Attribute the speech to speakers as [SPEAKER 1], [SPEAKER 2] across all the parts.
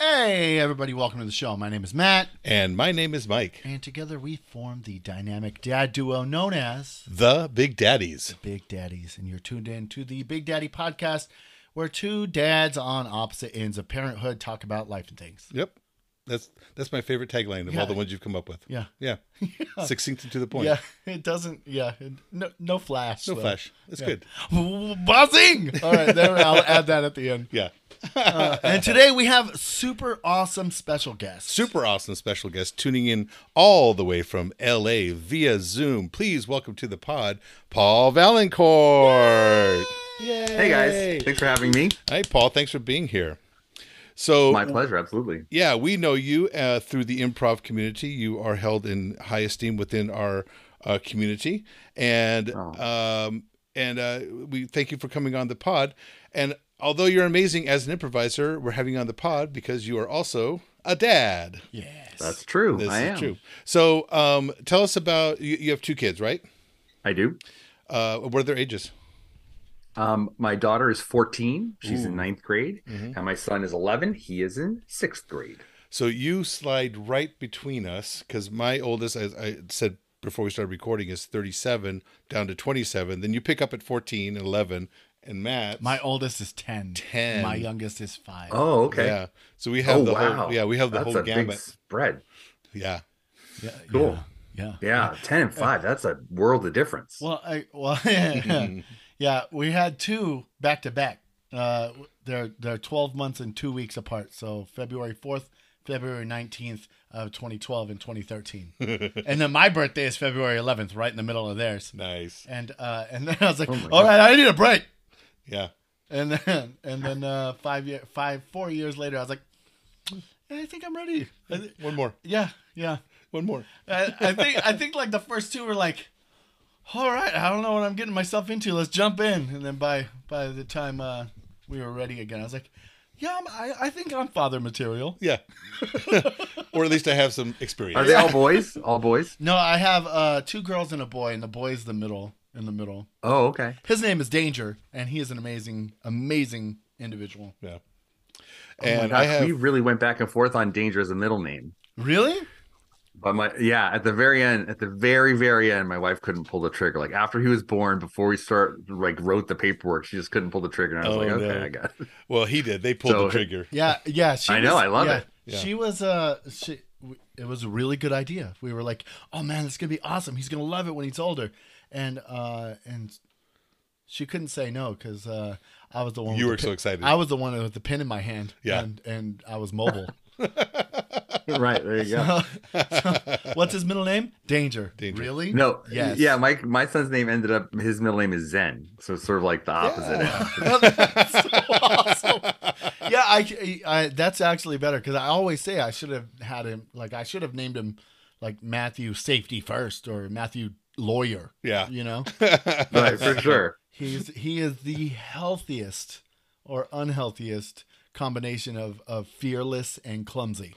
[SPEAKER 1] Hey, everybody, welcome to the show. My name is Matt,
[SPEAKER 2] And my name is Mike,
[SPEAKER 1] and together we form the dynamic dad duo known as
[SPEAKER 2] the Big Daddies.
[SPEAKER 1] Big Daddies. And you're tuned in to the Big Daddy podcast, where two dads on opposite ends of parenthood talk about life and things.
[SPEAKER 2] Yep. That's that's my favorite tagline of
[SPEAKER 1] Yeah.
[SPEAKER 2] all the ones you've come up with.
[SPEAKER 1] Yeah.
[SPEAKER 2] Yeah. Succinct and to the point.
[SPEAKER 1] Yeah, it doesn't. Yeah, it- no, no flash.
[SPEAKER 2] No
[SPEAKER 1] though.
[SPEAKER 2] flash. It's good.
[SPEAKER 1] Buzzing! All right, there I'll add that at the end.
[SPEAKER 2] Yeah.
[SPEAKER 1] And today we have super awesome special guest.
[SPEAKER 2] Super awesome special guest tuning in all the way from LA via Zoom. Please welcome to the pod, Paul Valancourt.
[SPEAKER 3] Hey guys, thanks for having me.
[SPEAKER 2] Hey, Paul. Thanks for being here. So,
[SPEAKER 3] My pleasure, absolutely.
[SPEAKER 2] Yeah, we know you uh, through the improv community. You are held in high esteem within our uh, community, and
[SPEAKER 3] Oh.
[SPEAKER 2] um, and uh, we thank you for coming on the pod. And although you're amazing as an improviser, we're having you on the pod because you are also a dad.
[SPEAKER 1] Yes.
[SPEAKER 3] That's true.
[SPEAKER 2] This
[SPEAKER 3] I
[SPEAKER 2] is
[SPEAKER 3] am.
[SPEAKER 2] true. So, um, tell us about you, you have two kids, right?
[SPEAKER 3] I do.
[SPEAKER 2] Uh, what are their ages?
[SPEAKER 3] Um, my daughter is 14. She's in ninth grade,
[SPEAKER 2] Mm-hmm.
[SPEAKER 3] and my son is 11. He is in sixth grade.
[SPEAKER 2] So you slide right between us because my oldest, as I said before we started recording, is 37 down to 27. Then you pick up at 14 and 11, and Matt,
[SPEAKER 1] My oldest is 10.
[SPEAKER 2] 10.
[SPEAKER 1] My youngest is 5.
[SPEAKER 3] Oh, okay.
[SPEAKER 2] yeah. So we have
[SPEAKER 3] Oh,
[SPEAKER 2] the
[SPEAKER 3] wow.
[SPEAKER 2] whole, yeah, we have the
[SPEAKER 3] That's
[SPEAKER 2] whole
[SPEAKER 3] a big
[SPEAKER 2] gamut.
[SPEAKER 3] spread.
[SPEAKER 2] Yeah,
[SPEAKER 1] Yeah,
[SPEAKER 3] Cool.
[SPEAKER 1] Yeah. yeah.
[SPEAKER 3] Yeah, 10 and 5. That's a world of difference.
[SPEAKER 1] Well, I, well,
[SPEAKER 3] Mm-hmm.
[SPEAKER 1] yeah, we had two back to back. Uh, they're they're twelve months and two weeks apart. So February fourth, February nineteenth of twenty twelve and twenty thirteen, and then my birthday is February eleventh, right in the middle of theirs.
[SPEAKER 2] nice.
[SPEAKER 1] And uh, and then I was like, all
[SPEAKER 3] Oh my
[SPEAKER 1] right,
[SPEAKER 3] God.
[SPEAKER 1] I need a break.
[SPEAKER 2] Yeah,
[SPEAKER 1] And then and then uh, five year five four years later, I was like, I think I'm ready. I thi-
[SPEAKER 2] one more,
[SPEAKER 1] yeah, yeah.
[SPEAKER 2] one more.
[SPEAKER 1] I, I think I think like the first two were like, all right, I don't know what I'm getting myself into. Let's jump in. And then by by the time uh, we were ready again, I was like, yeah, I'm, I I think I'm father material.
[SPEAKER 2] Yeah, or at least I have some
[SPEAKER 3] Are
[SPEAKER 2] experience.
[SPEAKER 3] they all boys? All boys?
[SPEAKER 1] No, I have uh, two girls and a boy, and the boy's the middle. In the middle,
[SPEAKER 3] Oh, okay.
[SPEAKER 1] his name is Danger, and he is an amazing, amazing individual.
[SPEAKER 2] yeah,
[SPEAKER 3] Oh my
[SPEAKER 2] and I
[SPEAKER 3] gosh,
[SPEAKER 2] have
[SPEAKER 3] we really went back and forth on danger as a middle name.
[SPEAKER 1] Really?
[SPEAKER 3] But my yeah, at the very end, at the very very end, my wife couldn't pull the trigger. Like after he was born, before we start like wrote the paperwork, she just couldn't pull the trigger. And I was
[SPEAKER 2] Oh,
[SPEAKER 3] like, okay,
[SPEAKER 2] no.
[SPEAKER 3] I got it.
[SPEAKER 2] well, he did. They pulled
[SPEAKER 3] So-
[SPEAKER 2] the trigger.
[SPEAKER 1] Yeah, yeah. She
[SPEAKER 3] I know,
[SPEAKER 1] was-
[SPEAKER 3] I love
[SPEAKER 1] yeah,
[SPEAKER 3] it.
[SPEAKER 2] Yeah.
[SPEAKER 1] She was uh, she. w- It was a really good idea. We were like, "Oh man, this is gonna be awesome. He's gonna love it when he's older," and uh, and she couldn't say no because uh, I was the one.
[SPEAKER 2] You were
[SPEAKER 1] with the
[SPEAKER 2] so
[SPEAKER 1] pen-
[SPEAKER 2] excited.
[SPEAKER 1] I was the one with the pen in my hand.
[SPEAKER 2] Yeah.
[SPEAKER 1] and, and I was mobile.
[SPEAKER 3] right there you go.
[SPEAKER 1] What's his middle name? Danger.
[SPEAKER 2] Danger.
[SPEAKER 1] Really?
[SPEAKER 3] No,
[SPEAKER 1] Yes.
[SPEAKER 3] yeah, my my son's name ended up his middle name is Zen, so it's sort of like the opposite. end.
[SPEAKER 1] That's so awesome. Yeah, I, I that's actually better because I always say I should have had him like I should have named him like Matthew Safety First or Matthew Lawyer.
[SPEAKER 2] Yeah.
[SPEAKER 1] you know
[SPEAKER 3] Right, for sure.
[SPEAKER 1] he's he is the healthiest or unhealthiest combination of of fearless and clumsy.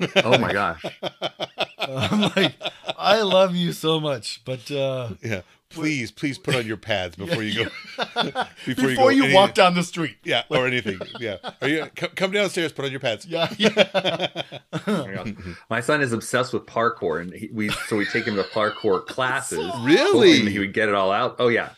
[SPEAKER 3] Oh my gosh,
[SPEAKER 1] I'm like, I love you so much, but uh,
[SPEAKER 2] Yeah, please, please put on your pads before you go.
[SPEAKER 1] before,
[SPEAKER 2] go
[SPEAKER 1] you,
[SPEAKER 2] any-
[SPEAKER 1] walk down the street,
[SPEAKER 2] Yeah, or anything. Yeah, are you come, come downstairs? Put on your pads.
[SPEAKER 1] yeah, yeah.
[SPEAKER 3] Oh my son is obsessed with parkour, and he, we so we take him to parkour classes.
[SPEAKER 2] Really?
[SPEAKER 3] hoping that he would get it all out. Oh yeah,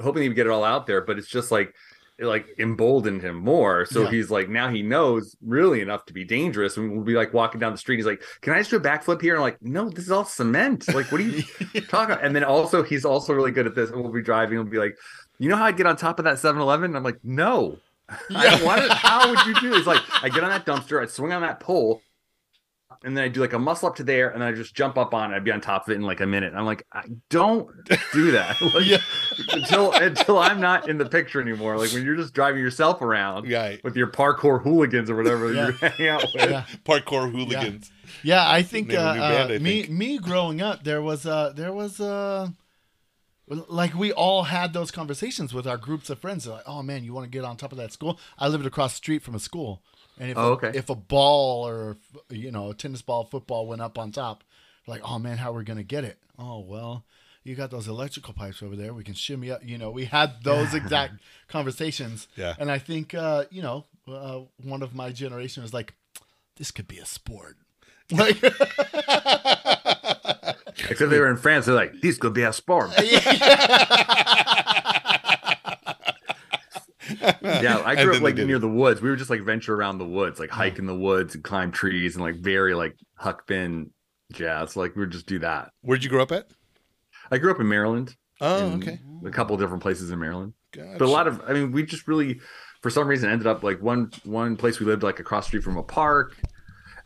[SPEAKER 3] hoping he would get it all out there. But it's just like it like emboldened him more. So
[SPEAKER 1] Yeah.
[SPEAKER 3] he's like now he knows really enough to be dangerous. And we'll be like walking down the street. He's like, "Can I just do a backflip here?" And I'm like, "No, this is all cement. Like, what are you talking?" about? And then also he's also really good at this. And we'll be driving. and We'll be like, "You know how I get on top of that 7-Eleven? And I'm like, "No." I don't want it. How would you do? He's like, I get on that dumpster, I swing on that pole, and then I do like a muscle up to there, and then I just jump up on it. I'd be on top of it in like a minute. I'm like, I don't do that. Like,
[SPEAKER 1] Yeah.
[SPEAKER 3] until until I'm not in the picture anymore. Like when you're just driving yourself around
[SPEAKER 2] Right.
[SPEAKER 3] with your parkour hooligans or whatever
[SPEAKER 1] Yeah.
[SPEAKER 3] you're hanging out with.
[SPEAKER 1] Yeah.
[SPEAKER 2] Parkour hooligans.
[SPEAKER 1] Yeah, I think, uh,
[SPEAKER 2] Name of your band,
[SPEAKER 1] uh,
[SPEAKER 2] I
[SPEAKER 1] me
[SPEAKER 2] think.
[SPEAKER 1] me growing up, there was uh there was uh like we all had those conversations with our groups of friends. They're like, oh man, you want to get on top of that school? I lived across the street from a school, and if
[SPEAKER 3] Oh,
[SPEAKER 1] a-
[SPEAKER 3] okay.
[SPEAKER 1] if a ball or you know a tennis ball, football went up on top, like oh man, how are we gonna get it? Oh well. You got those electrical pipes over there. We can shimmy up. You know, we had those exact conversations.
[SPEAKER 2] Yeah.
[SPEAKER 1] And I think, uh, you know, uh, one of my generation was like, this could be a sport. Like,
[SPEAKER 3] Except they were in France. They're like, these could be a sport. yeah, I
[SPEAKER 2] And
[SPEAKER 3] grew
[SPEAKER 2] then
[SPEAKER 3] up
[SPEAKER 2] they
[SPEAKER 3] like
[SPEAKER 2] did
[SPEAKER 3] near
[SPEAKER 2] it.
[SPEAKER 3] the woods. We would just like venture around the woods, like hike in the woods and climb trees and like very like Huck Finn jazz. Like we would just do that.
[SPEAKER 2] Where'd you grow up at?
[SPEAKER 3] I grew up in Maryland.
[SPEAKER 2] Oh,
[SPEAKER 3] in
[SPEAKER 2] okay.
[SPEAKER 3] A couple of different places in Maryland.
[SPEAKER 2] Gotcha.
[SPEAKER 3] but a lot of i mean we just really for some reason ended up like one one place we lived like across the street from a park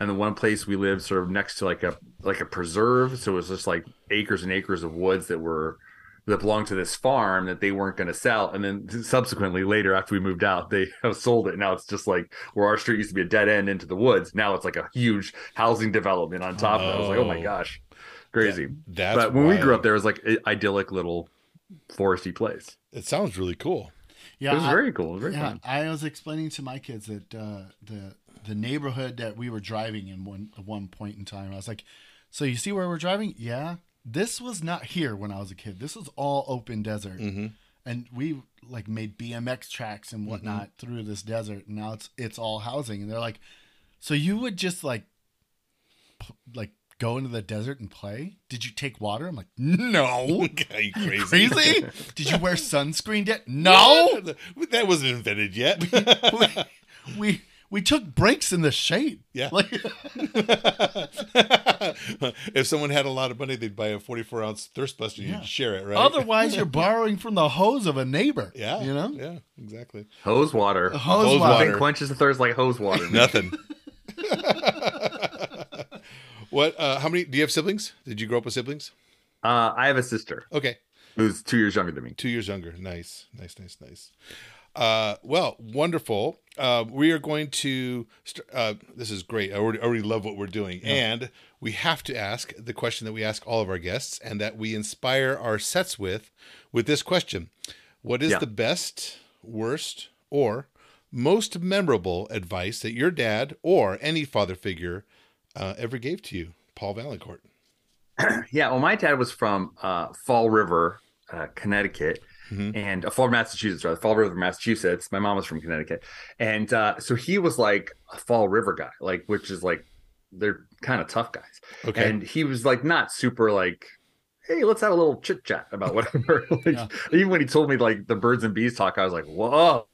[SPEAKER 3] and then one place we lived sort of next to like a like a preserve so it was just like acres and acres of woods that were that belonged to this farm that they weren't going to sell and then subsequently later after we moved out they have sold it now it's just like where our street used to be a dead end into the woods now it's like a huge housing development on top of it i was like oh my
[SPEAKER 2] Oh.
[SPEAKER 3] gosh crazy
[SPEAKER 2] That's
[SPEAKER 3] but when we grew
[SPEAKER 2] wild.
[SPEAKER 3] up there it was like an idyllic little foresty place
[SPEAKER 2] it sounds really cool.
[SPEAKER 1] yeah,
[SPEAKER 3] it was
[SPEAKER 1] I-
[SPEAKER 3] very cool. It was very
[SPEAKER 1] yeah,
[SPEAKER 3] fun.
[SPEAKER 1] I was explaining to my kids that uh, the the neighborhood that we were driving in one at one point in time, I was like, "So you see where we're driving? Yeah, this was not here when I was a kid. This was all open desert,
[SPEAKER 3] Mm. Mm-hmm.
[SPEAKER 1] and we like made BMX tracks and whatnot through this desert. And now it's it's all housing, and they're like, "So you would just like p- like." Go into the desert and play? Did you take water? I'm like, no.
[SPEAKER 2] Are you crazy?
[SPEAKER 1] Crazy? Did you wear sunscreen yet? No.
[SPEAKER 2] that wasn't invented yet.
[SPEAKER 1] we, we we took breaks in the shade.
[SPEAKER 2] Yeah.
[SPEAKER 1] Like,
[SPEAKER 2] if someone had a lot of money, they'd buy a 44 ounce thirst buster.
[SPEAKER 1] Yeah.
[SPEAKER 2] You'd share it, right?
[SPEAKER 1] Otherwise, you're borrowing from the hose of a neighbor.
[SPEAKER 2] yeah,
[SPEAKER 1] You know,
[SPEAKER 2] yeah, exactly.
[SPEAKER 3] Hose water.
[SPEAKER 1] The hose,
[SPEAKER 2] Hose
[SPEAKER 1] water.
[SPEAKER 2] water.
[SPEAKER 3] Nothing quenches the thirst like hose water. man.
[SPEAKER 2] Nothing. what? Uh, how many? Do you have siblings? Did you grow up with siblings?
[SPEAKER 3] Uh, I have a sister
[SPEAKER 2] Okay,
[SPEAKER 3] who's two years younger than me.
[SPEAKER 2] two years younger. Nice, nice, nice, nice. Uh, well, wonderful. Uh, we are going to. St- uh, this is great. I already, I already love what we're doing, and we have to ask the question that we ask all of our guests, and that we inspire our sets with, with this question: What is
[SPEAKER 3] Yeah.
[SPEAKER 2] the best, worst, or most memorable advice that your dad or any father figure uh, ever gave to you, Paul Valancourt?
[SPEAKER 3] Yeah. Well, my dad was from uh, Fall River, uh, Connecticut,
[SPEAKER 2] Mhm.
[SPEAKER 3] and uh, Fall River, Massachusetts, rather. Fall River, Massachusetts. My mom was from Connecticut, and uh, so he was like a Fall River guy, like which is like they're kind of tough guys.
[SPEAKER 2] Okay,
[SPEAKER 3] And he was like not super like, hey, let's have a little chit chat about whatever. like,
[SPEAKER 1] Yeah.
[SPEAKER 3] Even when he told me like the birds and bees talk, I was like, whoa,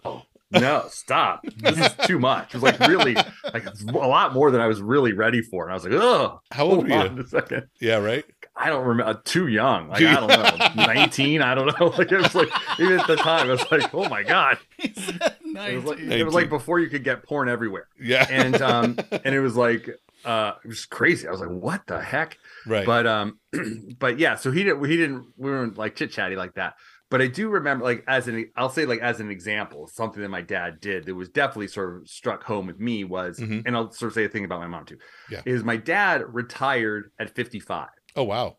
[SPEAKER 3] no, stop. This is too much. It was like really like a lot more than I was really ready for. And I was like, oh,
[SPEAKER 2] how old
[SPEAKER 3] hold
[SPEAKER 2] were
[SPEAKER 3] on
[SPEAKER 2] you?
[SPEAKER 3] a second.
[SPEAKER 2] Yeah, right.
[SPEAKER 3] I don't remember. uh, Too young. Like,
[SPEAKER 2] Too
[SPEAKER 3] I don't know. 19. I don't know. Like, it was like, even at the time, I was like, oh my God. It was like, it was like
[SPEAKER 2] 19.
[SPEAKER 3] before you could get porn everywhere.
[SPEAKER 2] Yeah,
[SPEAKER 3] And, um, and it was like, uh, it was crazy. I was like, what the heck?
[SPEAKER 2] right.
[SPEAKER 3] but um but yeah so he didn't he didn't we weren't like chit chatty like that but i do remember like as an i'll say like as an example something that my dad did that was definitely sort of struck home with me was
[SPEAKER 2] Mhm.
[SPEAKER 3] and i'll sort of say a thing about my mom too
[SPEAKER 2] Yeah.
[SPEAKER 3] is my dad retired at 55
[SPEAKER 2] oh wow.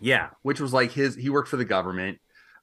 [SPEAKER 3] yeah which was like his he worked for the government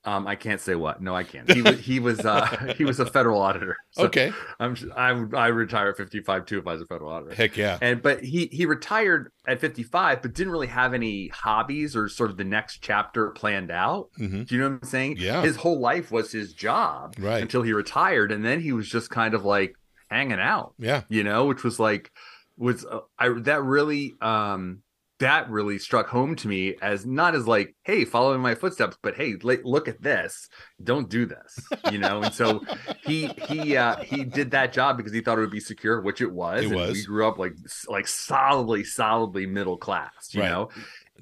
[SPEAKER 3] um i can't say what no i can't he was he was uh he was a federal auditor So
[SPEAKER 2] okay.
[SPEAKER 3] i'm i would i retire at 55 too if i was a federal auditor
[SPEAKER 2] Heck yeah.
[SPEAKER 3] and but he he retired at 55 but didn't really have any hobbies or sort of the next chapter planned out
[SPEAKER 2] hmm
[SPEAKER 3] do you know what i'm saying
[SPEAKER 2] Yeah.
[SPEAKER 3] his whole life was his job
[SPEAKER 2] Right.
[SPEAKER 3] until he retired and then he was just kind of like hanging out
[SPEAKER 2] yeah.
[SPEAKER 3] you know which was like was uh, i that really um that really struck home to me as not as like hey follow in my footsteps but hey l- look at this don't do this you know and so he he uh he did that job because he thought it would be secure which it was
[SPEAKER 2] It
[SPEAKER 3] and
[SPEAKER 2] was.
[SPEAKER 3] we grew up like s- like solidly solidly middle class you
[SPEAKER 2] Right.
[SPEAKER 3] know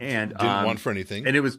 [SPEAKER 3] and
[SPEAKER 2] Didn't
[SPEAKER 3] um,
[SPEAKER 2] want for anything.
[SPEAKER 3] and it was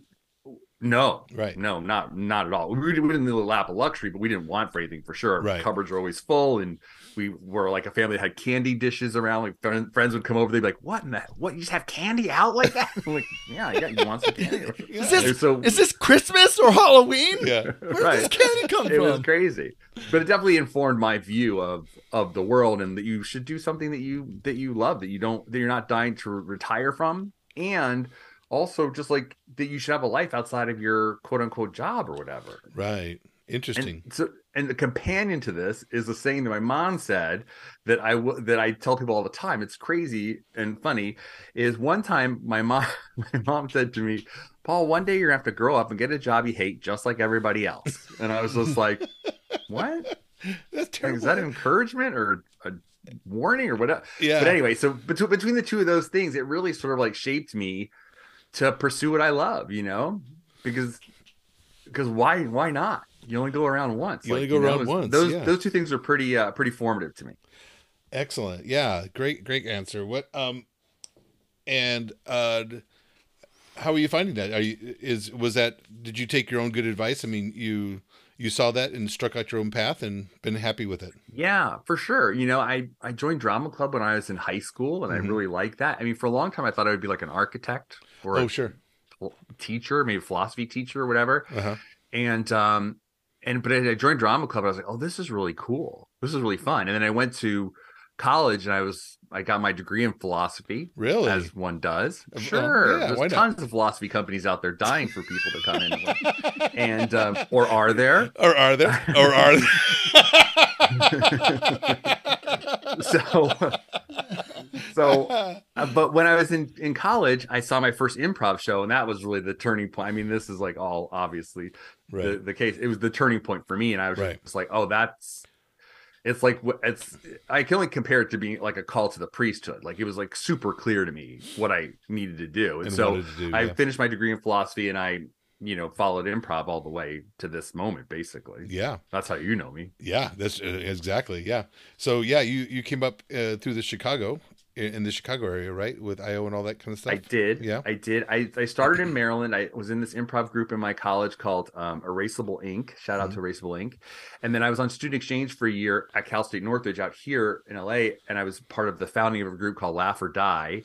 [SPEAKER 3] no
[SPEAKER 2] Right.
[SPEAKER 3] no not not at all we, didn't- we didn't live a lap of luxury but we didn't want for anything for sure
[SPEAKER 2] Right.
[SPEAKER 3] cupboards were always full and we were like a family that had candy dishes around. Like friend, friends would come over, they'd be like, "What in the what? You just have candy out like that?" I'm like, "Yeah, yeah, you want some candy?"
[SPEAKER 4] Is
[SPEAKER 3] And
[SPEAKER 4] this
[SPEAKER 3] so
[SPEAKER 4] is this Christmas or Halloween?
[SPEAKER 2] Yeah.
[SPEAKER 4] Where
[SPEAKER 3] Right.
[SPEAKER 4] does this candy come
[SPEAKER 3] it was
[SPEAKER 4] from?
[SPEAKER 3] crazy, but it definitely informed my view of of the world and that you should do something that you that you love that you don't that you're not dying to retire from, and also just like that you should have a life outside of your quote unquote job or whatever.
[SPEAKER 2] Right. Interesting.
[SPEAKER 3] And so, and the companion to this is the saying that my mom said that I w- that I tell people all the time. It's crazy and funny. Is one time my mom my mom said to me, "Paul, one day you're gonna have to grow up and get a job you hate, just like everybody else." And I was just like, "What?
[SPEAKER 2] That's
[SPEAKER 3] Like,
[SPEAKER 2] terrible.
[SPEAKER 3] is that encouragement or a warning or whatever?"
[SPEAKER 2] yeah.
[SPEAKER 3] But anyway, so between between the two of those things, it really sort of like shaped me to pursue what I love, you know, because because why why not? You only go around once.
[SPEAKER 2] You only
[SPEAKER 3] Like,
[SPEAKER 2] go
[SPEAKER 3] know,
[SPEAKER 2] around
[SPEAKER 3] those-
[SPEAKER 2] once,
[SPEAKER 3] Those
[SPEAKER 2] yeah.
[SPEAKER 3] those two things are pretty uh, pretty formative to me.
[SPEAKER 2] Excellent. Yeah. Great. Great answer. What? Um. And uh, how are you finding that? Are you is was that? Did you take your own good advice? I mean, you you saw that and struck out your own path and been happy with it.
[SPEAKER 3] Yeah, for sure. You know, I I joined drama club when I was in high school, and
[SPEAKER 2] Mhm.
[SPEAKER 3] I really liked that. I mean, for a long time, I thought I would be like an architect or
[SPEAKER 2] Oh,
[SPEAKER 3] a
[SPEAKER 2] sure.
[SPEAKER 3] teacher, maybe a philosophy teacher or whatever.
[SPEAKER 2] Uh huh.
[SPEAKER 3] and um and but I joined drama club. I was like, oh, this is really cool. This is really fun. And then I went to college, and I was I got my degree in philosophy,
[SPEAKER 2] Really? Uh,
[SPEAKER 3] as one does.
[SPEAKER 2] Well,
[SPEAKER 3] Sure,
[SPEAKER 2] yeah, why
[SPEAKER 3] there's
[SPEAKER 2] not?
[SPEAKER 3] tons of philosophy companies out there dying for people to come in, with. and um, or are there?
[SPEAKER 2] Or are there? Or are there?
[SPEAKER 3] So, so Uh, but when I was in, in college, I saw my first improv show, and that was really the turning point. I mean, this is like all obviously the,
[SPEAKER 2] Right.
[SPEAKER 3] the case. It was the turning point for me, and I was
[SPEAKER 2] Right.
[SPEAKER 3] just like, oh, that's it's like wh- it's I can only compare it to being like a call to the priesthood. Like it was like super clear to me what I needed to do, and,
[SPEAKER 2] And
[SPEAKER 3] so
[SPEAKER 2] wanted to do,
[SPEAKER 3] I
[SPEAKER 2] yeah.
[SPEAKER 3] finished my degree in philosophy, and I you know followed improv all the way to this moment. Basically,
[SPEAKER 2] yeah.
[SPEAKER 3] that's how you know me.
[SPEAKER 2] Yeah, that's uh, exactly. Yeah. So yeah, you you came up uh, through the Chicago in, in the Chicago area, right, with IO and all that kind of stuff.
[SPEAKER 3] I did.
[SPEAKER 2] Yeah.
[SPEAKER 3] I did. I, I started in Maryland. I was in this improv group in my college called um, Erasable Inc. Shout out to
[SPEAKER 2] Mm-hmm.
[SPEAKER 3] Erasable Inc. And then I was on student exchange for a year at Cal State Northridge out here in LA. And I was part of the founding of a group called Laugh or Die.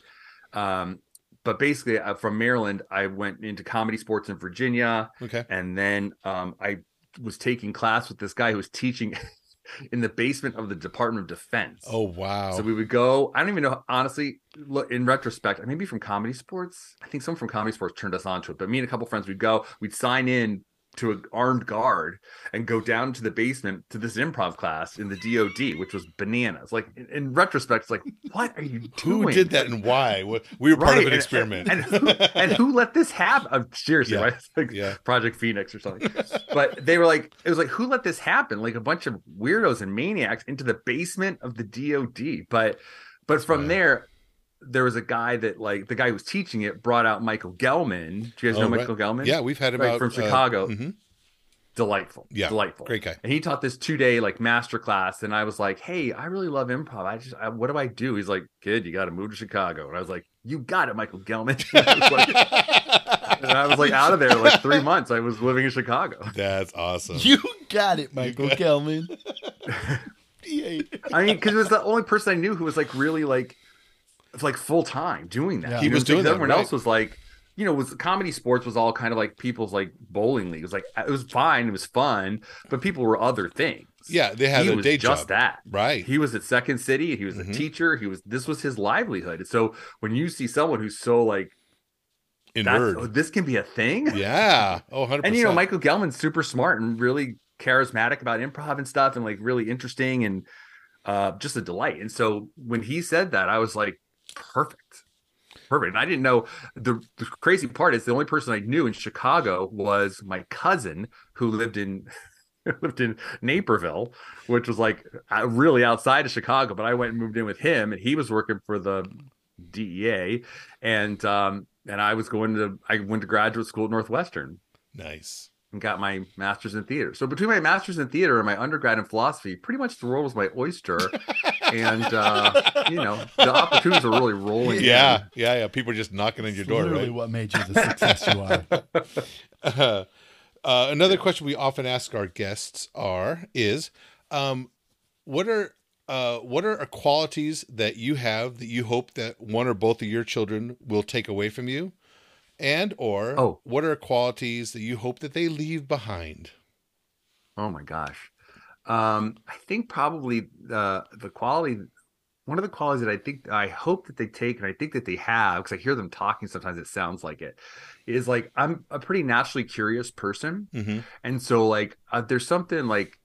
[SPEAKER 3] Um, but basically, uh, from Maryland, I went into comedy sports in Virginia.
[SPEAKER 2] Okay.
[SPEAKER 3] And then um, I was taking class with this guy who was teaching in the basement of the Department of Defense.
[SPEAKER 2] Oh wow.
[SPEAKER 3] So we would go. I don't even know. Honestly, look in retrospect, maybe from comedy sports. I think someone from comedy sports turned us onto it. But me and a couple friends, we'd go. We'd sign in to an armed guard and go down to the basement to this improv class in the DoD, which was bananas. Like in, in retrospect, it's like, what are you doing?
[SPEAKER 2] Who did that and why? What we were part of
[SPEAKER 3] Right,
[SPEAKER 2] an
[SPEAKER 3] and-
[SPEAKER 2] experiment.
[SPEAKER 3] And who, and who let this happen? I'm seriously,
[SPEAKER 2] Yeah,
[SPEAKER 3] right? It's like
[SPEAKER 2] yeah.
[SPEAKER 3] Project Phoenix or something. but they were like, it was like, who let this happen? Like a bunch of weirdos and maniacs into the basement of the DOD. But but from
[SPEAKER 2] wild.
[SPEAKER 3] there, there was a guy that like the guy who was teaching it brought out Michael Gelman. Do you guys
[SPEAKER 2] Oh,
[SPEAKER 3] know
[SPEAKER 2] right.
[SPEAKER 3] Michael Gelman?
[SPEAKER 2] yeah, we've had him
[SPEAKER 3] right,
[SPEAKER 2] out
[SPEAKER 3] from
[SPEAKER 2] uh,
[SPEAKER 3] Chicago.
[SPEAKER 2] mhm.
[SPEAKER 3] Delightful.
[SPEAKER 2] Yeah,
[SPEAKER 3] Delightful.
[SPEAKER 2] Great guy.
[SPEAKER 3] And he taught this two day like master class. And I was like, hey, I really love improv. I just, I, what do I do? He's like, kid, you got to move to Chicago. And I was like, you got it, Michael Gelman. and, I was like, and I was like out of there like three months. I was living in Chicago.
[SPEAKER 2] That's awesome.
[SPEAKER 1] You got it, Michael
[SPEAKER 2] got-
[SPEAKER 1] Kelman.
[SPEAKER 3] I mean, because it was the only person I knew who was like really like, like full time doing that.
[SPEAKER 1] Yeah.
[SPEAKER 3] You
[SPEAKER 1] He
[SPEAKER 3] know
[SPEAKER 2] was
[SPEAKER 3] what I'm saying?
[SPEAKER 2] doing that,
[SPEAKER 3] Everyone
[SPEAKER 2] right.
[SPEAKER 3] else was like, you know, was comedy sports was all kind of like people's like bowling league. It was like it was fine, it was fun, but people were other things.
[SPEAKER 2] yeah, they had
[SPEAKER 3] he
[SPEAKER 2] a
[SPEAKER 3] was
[SPEAKER 2] day
[SPEAKER 3] just
[SPEAKER 2] job.
[SPEAKER 3] that.
[SPEAKER 2] Right.
[SPEAKER 3] He was at Second City. He was a
[SPEAKER 2] Mhm.
[SPEAKER 3] teacher. He was. This was his livelihood. So when you see someone who's so like, that's, oh,
[SPEAKER 2] Inward.
[SPEAKER 3] this can be a thing.
[SPEAKER 2] Yeah. Oh, 100%.
[SPEAKER 3] And you know, Michael Gelman's super smart and really charismatic about improv and stuff, and like really interesting and uh, just a delight. And so when he said that, I was like, perfect, perfect. And I didn't know the, the crazy part is the only person I knew in Chicago was my cousin who lived in. lived in Naperville, which was like uh, really outside of Chicago, but I went and moved in with him, and he was working for the DEA, and um, and I was going to I went to graduate school at Northwestern,
[SPEAKER 2] Nice.
[SPEAKER 3] and got my master's in theater. So between my master's in theater and my undergrad in philosophy, pretty much the world was my oyster. and uh, you know, the opportunities were really rolling. in.
[SPEAKER 2] Yeah. Yeah. Yeah. People are just knocking on your
[SPEAKER 1] It's
[SPEAKER 2] door,
[SPEAKER 1] literally
[SPEAKER 2] right?
[SPEAKER 1] what made you the success you are.
[SPEAKER 2] Uh, another question we often ask our guests are is um, what are uh, what are qualities that you have that you hope that one or both of your children will take away from you? And or
[SPEAKER 3] Oh.
[SPEAKER 2] what are qualities that you hope that they leave behind?
[SPEAKER 3] Oh my gosh. Um, I think probably the the quality one of the qualities that I think I hope that they take and I think that they have because I hear them talking sometimes it sounds like it is like I'm a pretty naturally curious person
[SPEAKER 2] Mm-hmm.
[SPEAKER 3] and so like uh, there's something like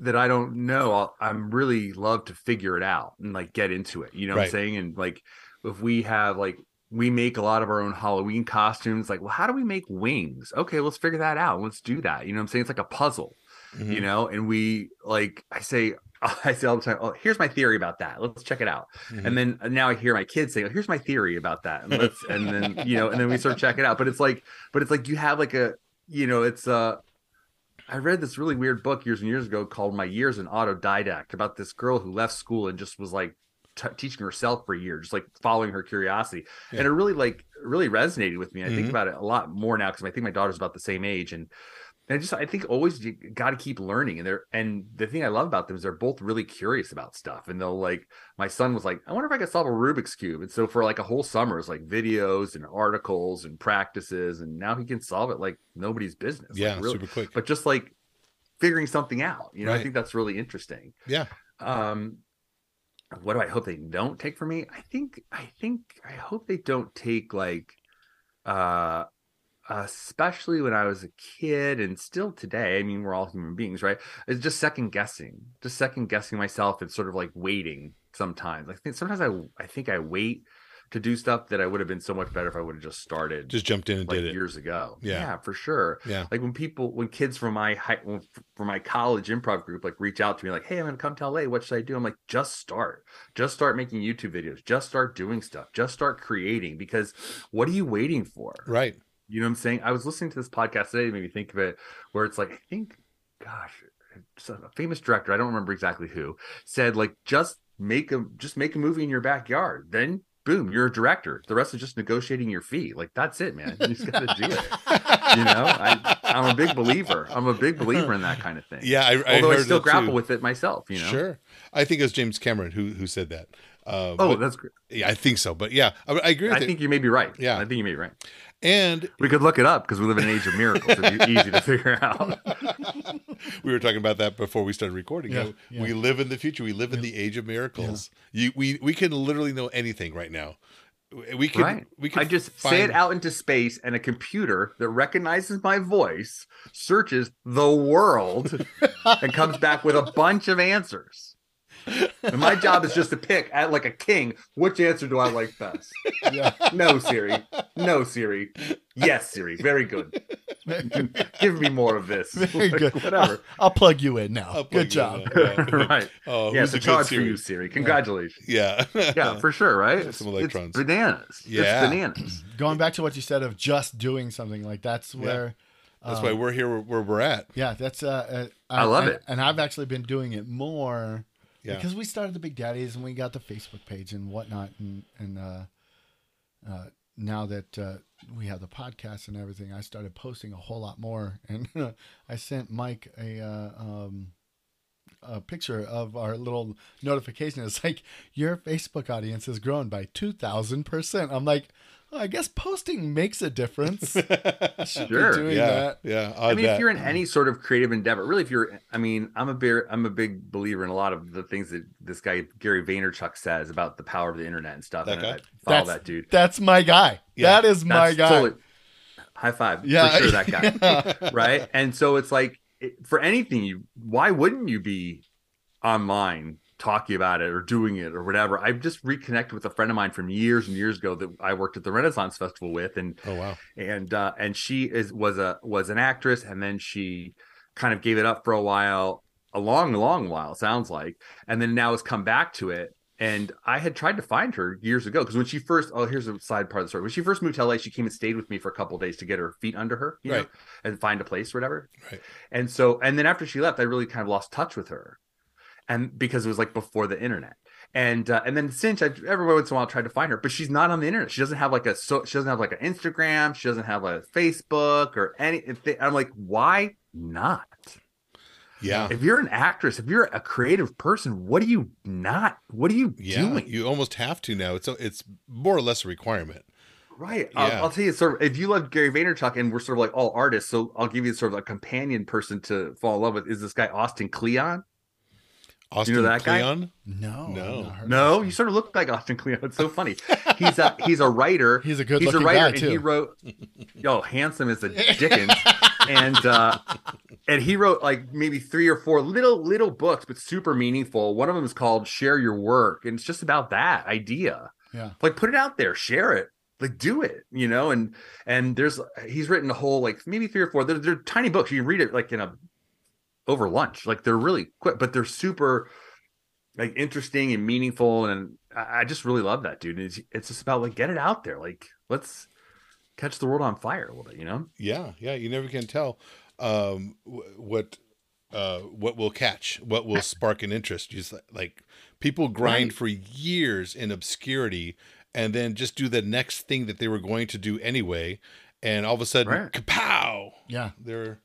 [SPEAKER 3] that I don't know I'll, I'm really love to figure it out and like get into it you know what I'm
[SPEAKER 2] Right.
[SPEAKER 3] saying and like if we have like we make a lot of our own Halloween costumes like well how do we make wings okay let's figure that out let's do that you know what I'm saying it's like a puzzle
[SPEAKER 2] mm-hmm,
[SPEAKER 3] you know and we like i say i say all the time oh here's my theory about that let's check it out
[SPEAKER 2] mm-hmm.
[SPEAKER 3] and then and now i hear my kids saying here's my theory about that and let's and then you know and then we sort of check it out but it's like but it's like you have like a you know it's uh I read this really weird book years and years ago called My Years an Autodidact about this girl who left school and just was like t- teaching herself for a year, just like following her curiosity. And it really like really resonated with me. I think
[SPEAKER 2] Mhm.
[SPEAKER 3] about it a lot more now because I think my daughter's about the same age and and I just I think always you got to keep learning and they're and the thing I love about them is they're both really curious about stuff and they'll like my son was like I wonder if I could solve a Rubik's cube and so for like a whole summer it's like videos and articles and practices and now he can solve it like nobody's business Like,
[SPEAKER 2] yeah,
[SPEAKER 3] really-
[SPEAKER 2] super quick.
[SPEAKER 3] but just like figuring something out. You know,
[SPEAKER 2] Right.
[SPEAKER 3] I think that's really interesting.
[SPEAKER 2] yeah.
[SPEAKER 3] Um, what do I hope they don't take from me? I think, I think, I hope they don't take like, uh, especially when I was a kid and still today. I mean, we're all human beings, right? It's just second guessing, just second guessing myself and sort of like waiting sometimes. I think sometimes I, I think I wait to do stuff that I would have been so much better if I would have just started
[SPEAKER 2] Just jumped in and
[SPEAKER 3] like
[SPEAKER 2] did it.
[SPEAKER 3] years ago.
[SPEAKER 2] Yeah.
[SPEAKER 3] for sure.
[SPEAKER 2] Yeah.
[SPEAKER 3] like when people, when kids from my high, from my college improv group, like reach out to me, like, "Hey, I'm gonna come to LA. What should I do?" I'm like, "Just start. Just start making YouTube videos. Just start doing stuff. Just start creating." Because what are you waiting for?
[SPEAKER 2] Right.
[SPEAKER 3] You know what I'm saying? I was listening to this podcast today, it made me think of it, where it's like, I think, gosh, it's a famous director, I don't remember exactly who, said like, just make a just make a movie in your backyard, then boom, you're a director. The rest is just negotiating your fee. Like that's it, man. You just gotta do it. You know, I, I'm a big believer. I'm a big believer in that kind of thing.
[SPEAKER 2] Yeah, I, I
[SPEAKER 3] although I
[SPEAKER 2] heard
[SPEAKER 3] still
[SPEAKER 2] that
[SPEAKER 3] grapple
[SPEAKER 2] too.
[SPEAKER 3] with it myself. You know,
[SPEAKER 2] Sure. I think it was James Cameron who who said that. Uh,
[SPEAKER 3] Oh,
[SPEAKER 2] but-
[SPEAKER 3] that's. great.
[SPEAKER 2] yeah, I think so. But yeah, I, I agree with
[SPEAKER 3] I
[SPEAKER 2] it.
[SPEAKER 3] think you may be right.
[SPEAKER 2] Yeah.
[SPEAKER 3] I think you may be right.
[SPEAKER 2] and
[SPEAKER 3] We could look it up because we live in an age of miracles. It'd be easy to figure out.
[SPEAKER 2] we were talking about that before we started recording.
[SPEAKER 1] Yeah,
[SPEAKER 2] how
[SPEAKER 1] yeah.
[SPEAKER 2] We live in the future. We live in the age of miracles. You, we, we can literally know anything right now. We can.
[SPEAKER 3] right.
[SPEAKER 2] We can.
[SPEAKER 3] I just say
[SPEAKER 2] find-
[SPEAKER 3] it out into space, and a computer that recognizes my voice searches the world and comes back with a bunch of answers. And my job is just to pick, at like a king, which answer do I like best?
[SPEAKER 1] Yeah.
[SPEAKER 3] No, Siri. No, Siri. Yes, Siri. Very good. Give me more of this.
[SPEAKER 1] Very
[SPEAKER 3] Like,
[SPEAKER 1] good.
[SPEAKER 3] Whatever.
[SPEAKER 1] I'll plug you in now.
[SPEAKER 2] I'll plug
[SPEAKER 1] Good
[SPEAKER 2] you
[SPEAKER 1] job.
[SPEAKER 2] in that. Yeah.
[SPEAKER 3] right.
[SPEAKER 2] Oh,
[SPEAKER 3] yeah,
[SPEAKER 2] who's
[SPEAKER 3] it's a
[SPEAKER 2] a good
[SPEAKER 3] charge for you,
[SPEAKER 2] series?
[SPEAKER 3] Siri. Congratulations.
[SPEAKER 2] Yeah.
[SPEAKER 3] Yeah, for sure, right?
[SPEAKER 2] Some
[SPEAKER 3] It's-
[SPEAKER 2] electrons.
[SPEAKER 3] It's bananas.
[SPEAKER 2] Yeah.
[SPEAKER 3] It's bananas.
[SPEAKER 1] Going back to what you said of just doing something like that's where.
[SPEAKER 2] That's
[SPEAKER 1] um,
[SPEAKER 2] why we're here where, where we're at.
[SPEAKER 1] Yeah, that's uh, uh,
[SPEAKER 3] I love
[SPEAKER 1] and-
[SPEAKER 3] it.
[SPEAKER 1] and I've actually been doing it more
[SPEAKER 2] Yeah.
[SPEAKER 1] because we started the Big Daddies and we got the Facebook page and whatnot, and and uh, uh, now that uh, we have the podcast and everything, I started posting a whole lot more, and uh, I sent Mike a. Uh, um, a picture of our little notification. It's like your Facebook audience has grown by two thousand percent. I'm like, "Oh, I guess posting makes a difference. I should
[SPEAKER 3] Sure,
[SPEAKER 1] be doing
[SPEAKER 2] yeah.
[SPEAKER 1] that.
[SPEAKER 2] Yeah.
[SPEAKER 3] I mean, if you're in any sort of creative endeavor, really, if you're, I mean, I'm a bear, I'm a big believer in a lot of the things that this guy Gary Vaynerchuk says about the power of the internet and stuff.
[SPEAKER 2] That
[SPEAKER 3] and I,
[SPEAKER 2] guy?
[SPEAKER 3] follow
[SPEAKER 1] That's-
[SPEAKER 3] that dude.
[SPEAKER 1] That's my guy.
[SPEAKER 2] Yeah.
[SPEAKER 1] that is my
[SPEAKER 3] That's
[SPEAKER 1] guy.
[SPEAKER 3] totally- high five.
[SPEAKER 1] Yeah.
[SPEAKER 3] for sure, that guy. right? And so it's like it, for anything, you why wouldn't you be online talking about it or doing it or whatever? I've just reconnected with a friend of mine from years and years ago that I worked at the Renaissance Festival with, and
[SPEAKER 2] oh wow.
[SPEAKER 3] and uh, and she is was a was an actress and then she kind of gave it up for a while a long long while it sounds like and then now has come back to it and I had tried to find her years ago because when she first oh here's a side part of the story when she first moved to LA she came and stayed with me for a couple of days to get her feet under her you
[SPEAKER 2] Right.
[SPEAKER 3] know and find a place or whatever
[SPEAKER 2] Right.
[SPEAKER 3] and so and then after she left I really kind of lost touch with her and because it was like before the internet and uh, and then since I every once in a while tried to find her, but she's not on the internet. She doesn't have like a so she doesn't have like an Instagram. She doesn't have a Facebook or any. if they- I'm like, why not?
[SPEAKER 2] Yeah.
[SPEAKER 3] If you're an actress, if you're a creative person, what are you not? What are you
[SPEAKER 2] Yeah.
[SPEAKER 3] doing?
[SPEAKER 2] You almost have to now. It's it's more or less a requirement.
[SPEAKER 3] Right. I'll,
[SPEAKER 2] Yeah.
[SPEAKER 3] I'll tell you, sort of, if you love Gary Vaynerchuk and we're sort of like all artists, so I'll give you sort of a companion person to fall in love with is this guy, Austin Kleon.
[SPEAKER 2] Austin
[SPEAKER 3] that guy?
[SPEAKER 2] Kleon?
[SPEAKER 1] No,
[SPEAKER 2] No.
[SPEAKER 1] I've not heard
[SPEAKER 3] No,
[SPEAKER 1] of
[SPEAKER 3] you
[SPEAKER 1] this
[SPEAKER 3] sort of look like Austin Kleon. It's so funny. He's a he's a writer.
[SPEAKER 1] He's a good-looking
[SPEAKER 3] He's a writer,
[SPEAKER 1] guy,
[SPEAKER 3] and he
[SPEAKER 1] too.
[SPEAKER 3] wrote, yo, handsome as a Dickens, and uh, and he wrote like maybe three or four little little books, but super meaningful. One of them is called "Share Your Work," and it's just about that idea.
[SPEAKER 1] Yeah.
[SPEAKER 3] like put it out there, share it. Like do it, you know, and and there's he's written a whole like maybe three or four. They're, they're tiny books. You read it like in a over lunch. Like they're really quick, but they're super like interesting and meaningful. And I, I just really love that dude. And it's, it's just about like get it out there. Like let's catch the world on fire a little bit. You know?
[SPEAKER 2] Yeah, yeah. You never can tell um, wh- what uh, what will catch, what will spark an interest. Just li- like people grind for years in obscurity, and then just do the next thing that they were going to do anyway, and all of a sudden,
[SPEAKER 3] Right.
[SPEAKER 2] kapow!
[SPEAKER 1] Yeah,
[SPEAKER 2] They're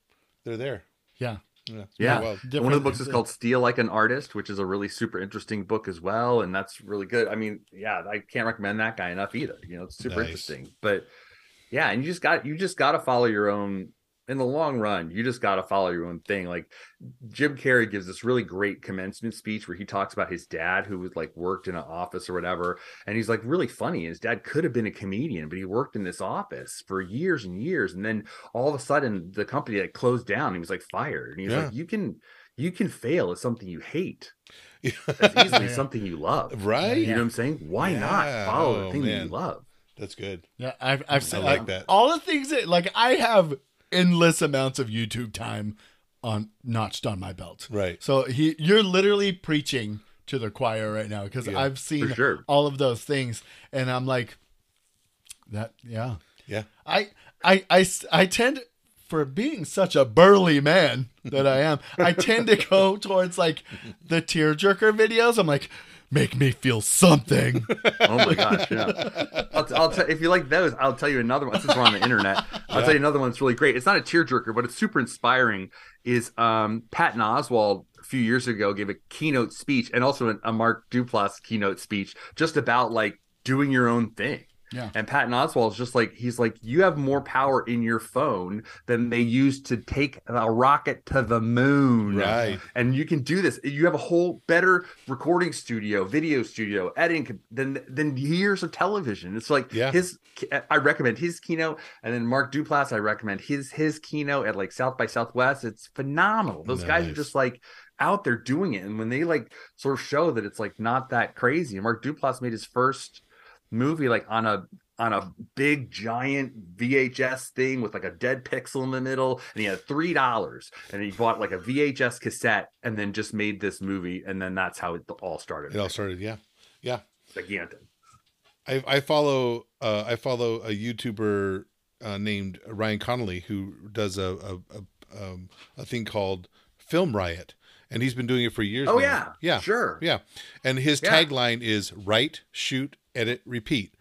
[SPEAKER 2] they're there.
[SPEAKER 1] yeah.
[SPEAKER 2] Yeah, it's
[SPEAKER 3] Yeah.
[SPEAKER 2] pretty wild.
[SPEAKER 3] And One of the books
[SPEAKER 1] Different-
[SPEAKER 3] is called "Steal Like an Artist," which is a really super interesting book as well, and that's really good. I mean, yeah, I can't recommend that guy enough either. You know, it's super
[SPEAKER 2] Nice.
[SPEAKER 3] interesting. But yeah, and you just got you just got to follow your own. In the long run, you just got to follow your own thing. Like Jim Carrey gives this really great commencement speech where he talks about his dad who was like worked in an office or whatever, and he's like really funny. His dad could have been a comedian, but he worked in this office for years and years, and then all of a sudden the company like closed down. He was like fired, and he's
[SPEAKER 2] Yeah.
[SPEAKER 3] like, "You can you can fail at something you hate as
[SPEAKER 2] Yeah.
[SPEAKER 3] easily as something you love.
[SPEAKER 2] right?
[SPEAKER 3] You know what I'm saying? Why
[SPEAKER 2] Yeah.
[SPEAKER 3] not follow
[SPEAKER 2] Oh,
[SPEAKER 3] the thing that
[SPEAKER 2] man.
[SPEAKER 3] you love?
[SPEAKER 2] That's good.
[SPEAKER 1] Yeah, I've I've
[SPEAKER 2] I
[SPEAKER 1] seen
[SPEAKER 2] like
[SPEAKER 1] like
[SPEAKER 2] that.
[SPEAKER 1] all the things that like I have endless amounts of YouTube time on notched on my belt.
[SPEAKER 2] Right.
[SPEAKER 1] So he, you're literally preaching to the choir right now because
[SPEAKER 2] Yeah,
[SPEAKER 1] I've seen
[SPEAKER 3] for sure.
[SPEAKER 1] all of those things, and I'm like, that yeah,
[SPEAKER 2] Yeah.
[SPEAKER 1] I I I s- I tend for being such a burly man that I am, I tend to go towards like the tearjerker videos. I'm like, make me feel something.
[SPEAKER 3] Oh my gosh! Yeah, I'll, t- I'll t- if you like those, I'll tell you another one. Since we're on the internet, I'll tell you another one that's really great. It's not a tearjerker, but it's super inspiring. Is um, Patton Oswald a few years ago gave a keynote speech and also an, a Mark Duplass keynote speech just about like doing your own thing.
[SPEAKER 1] Yeah.
[SPEAKER 3] And Patton Oswald's just like he's like you have more power in your phone than they used to take a rocket to the moon
[SPEAKER 2] Right.
[SPEAKER 3] and you can do this. You have a whole better recording studio, video studio, editing co- than than years of television. It's like
[SPEAKER 2] Yeah.
[SPEAKER 3] his. I recommend his keynote, and then Mark Duplass. I recommend his his keynote at like South by Southwest. It's phenomenal. Those guys are
[SPEAKER 2] Nice.
[SPEAKER 3] just like out there doing it, and when they like sort of show that it's like not that crazy. And Mark Duplass made his first movie like on a on a big giant VHS thing with like a dead pixel in the middle, and he had three dollars, and he bought like a VHS cassette, and then just made this movie, and then that's how it all started.
[SPEAKER 2] It all started. Yeah. Yeah.
[SPEAKER 3] Gigantic.
[SPEAKER 2] I, I follow uh, I follow a YouTuber uh, named Ryan Connolly who does a a, a, um, a thing called Film Riot, and he's been doing it for years.
[SPEAKER 3] Oh
[SPEAKER 2] now.
[SPEAKER 3] yeah,
[SPEAKER 2] yeah,
[SPEAKER 3] sure.
[SPEAKER 2] yeah. And his
[SPEAKER 3] Yeah.
[SPEAKER 2] tagline is "Write, shoot, edit, repeat,"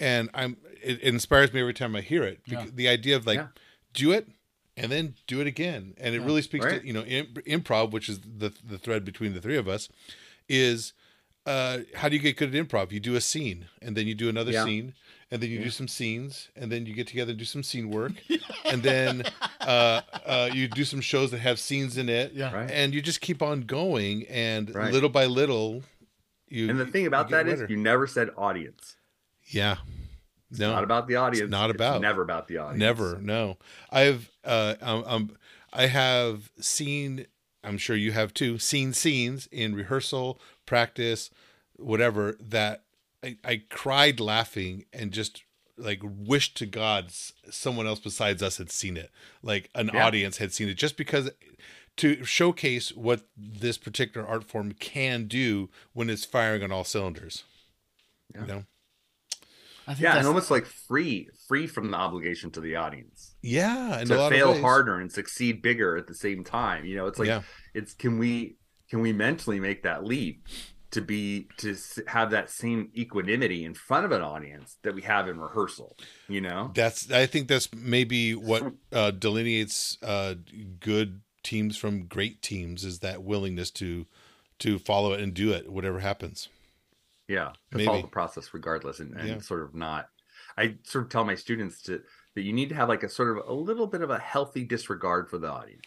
[SPEAKER 2] and I'm it, it inspires me every time I hear it. bec-
[SPEAKER 1] Yeah.
[SPEAKER 2] The idea of like
[SPEAKER 3] Yeah.
[SPEAKER 2] do it and then do it again, and it really speaks
[SPEAKER 3] Right.
[SPEAKER 2] to you know imp- improv, which is the the thread between the three of us, is uh, how do you get good at improv? You do a scene, and then you do another
[SPEAKER 3] Yeah.
[SPEAKER 2] scene, and then you do some scenes, and then you get together and do some scene work, and then uh, uh, you do some shows that have scenes in it,
[SPEAKER 1] Yeah.
[SPEAKER 3] Right.
[SPEAKER 2] and you just keep on going, and
[SPEAKER 3] Right.
[SPEAKER 2] little by little, you.
[SPEAKER 3] And the thing about
[SPEAKER 2] get
[SPEAKER 3] that is,
[SPEAKER 2] better.
[SPEAKER 3] you never said audience.
[SPEAKER 2] yeah, no,
[SPEAKER 3] Not about the audience.
[SPEAKER 2] not about.
[SPEAKER 3] never about the audience.
[SPEAKER 2] Never, no. I've uh um, um I have seen I'm sure you have too, seen scenes in rehearsal, practice, whatever that I, I cried laughing and just like wished to God s- someone else besides us had seen it. Like an
[SPEAKER 3] Yeah.
[SPEAKER 2] audience had seen it just because to showcase what this particular art form can do when it's firing on all cylinders.
[SPEAKER 3] Yeah.
[SPEAKER 2] You know?
[SPEAKER 1] I think
[SPEAKER 3] Yeah,
[SPEAKER 1] that's-
[SPEAKER 3] and almost like free, free from the obligation to the audience.
[SPEAKER 2] Yeah, in a
[SPEAKER 3] to
[SPEAKER 2] lot
[SPEAKER 3] fail
[SPEAKER 2] of ways.
[SPEAKER 3] harder and succeed bigger at the same time. You know, it's like
[SPEAKER 2] Yeah.
[SPEAKER 3] it's can we can we mentally make that leap to be to s- have that same equanimity in front of an audience that we have in rehearsal. You know,
[SPEAKER 2] That's I think that's maybe what uh, delineates uh, good teams from great teams is that willingness to to follow it and do it, whatever happens.
[SPEAKER 3] yeah to
[SPEAKER 2] Maybe.
[SPEAKER 3] follow the process regardless and, and
[SPEAKER 2] Yeah.
[SPEAKER 3] sort of not i sort of tell my students to that you need to have like a sort of a little bit of a healthy disregard for the audience